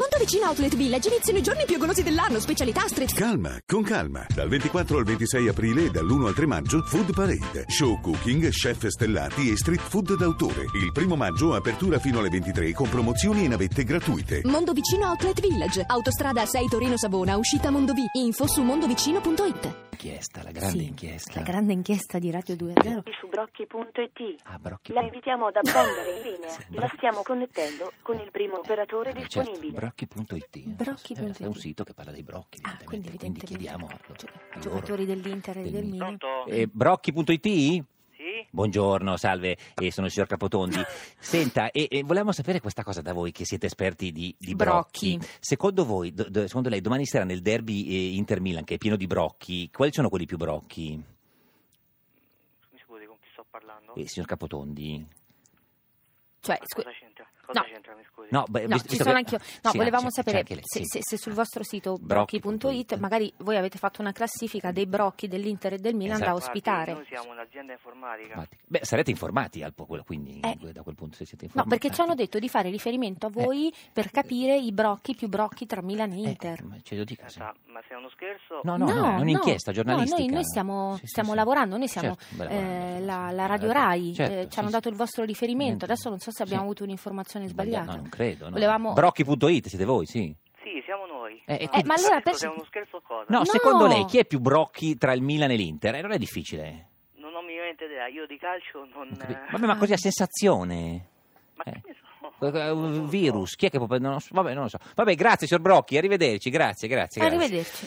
Officina Outlet Village iniziano i giorni più golosi dell'anno, specialità street Calma, con calma. Dal 24 al 26 aprile e dall'1 al 3 maggio, Food Parade, show cooking, chef stellati e street food d'autore. Il primo maggio apertura fino alle 23 con promozioni e navette gratuite. Mondovicino Outlet Village, autostrada 6 Torino Savona, uscita Mondovì, info su mondovicino.it. Inchiesta, la grande Sì, inchiesta. La grande inchiesta di Radio 2 0. su brocchi.it. Ah, Brocchi. La invitiamo ad apprendere in linea. Sì, La stiamo connettendo con il primo operatore Eh, certo, disponibile. brocchi.it. eh. Brocchi.it. Eh, È un sito che parla dei brocchi, Ah, evidentemente. quindi evidentemente chiediamo gio- a loro. giocatori dell'Inter e del del Milan. Milan. Pronto? Eh, brocchi.it? Sì? Buongiorno, salve, eh, sono il signor Capotondi. Senta, e, e volevamo sapere questa cosa da voi, che siete esperti di, di brocchi. Secondo voi, do- do- secondo lei, domani sera nel derby eh, Inter-Milan, che è pieno di brocchi, quali sono quelli più brocchi? Mi scusi con chi sto parlando? Eh, signor Capotondi? Cioè, Ma scu- cosa c'entra? Cosa No. c'entra, mi scusi? Eh, No, beh, No, visto- ci visto sono che- anch'io. No, Sì, volevamo c'è- c'è sapere anche lei, se, sì. se- se sul vostro sito Brocchi punto brocchi.it it. magari voi avete fatto una classifica dei brocchi dell'Inter e del Milan Esatto. da Guardi, ospitare. Noi siamo un'azienda informatica. Informatica. Beh, sarete informati al po- quello, quindi Eh. da quel punto se siete No, informati. perché ci hanno detto di fare riferimento a voi per capire i brocchi più brocchi tra Milan e Eh, Inter. ma ce lo dica, sì. Senta, ma se è uno scherzo... No, no, no, è un'inchiesta no, giornalistica. noi, noi stiamo, Sì, sì, stiamo sì. lavorando, noi siamo Certo, beh, lavorando, eh, sì, la, sì. la Radio Rai, Certo, eh, sì, ci hanno sì. dato il vostro riferimento, Niente. adesso non so se abbiamo Sì. avuto un'informazione Sbaglia- sbagliata. No, non credo. No. Volevamo- Brocchi.it siete voi, sì. Sì, siamo noi. Eh, eh, ma, ma allora adesso per- se è uno scherzo o cosa? No, No! secondo lei chi è più brocchi tra il Milan e l'Inter? Eh, non è difficile. Non ho minimamente idea. Io di calcio non... Non capi- eh, Vabbè, ma così a sensazione. Ma eh. che ne so? Eh, Non lo so. Virus, chi è che può... non lo so. Vabbè, non lo so. Vabbè, grazie, signor Brocchi, arrivederci, grazie, grazie. grazie. Arrivederci.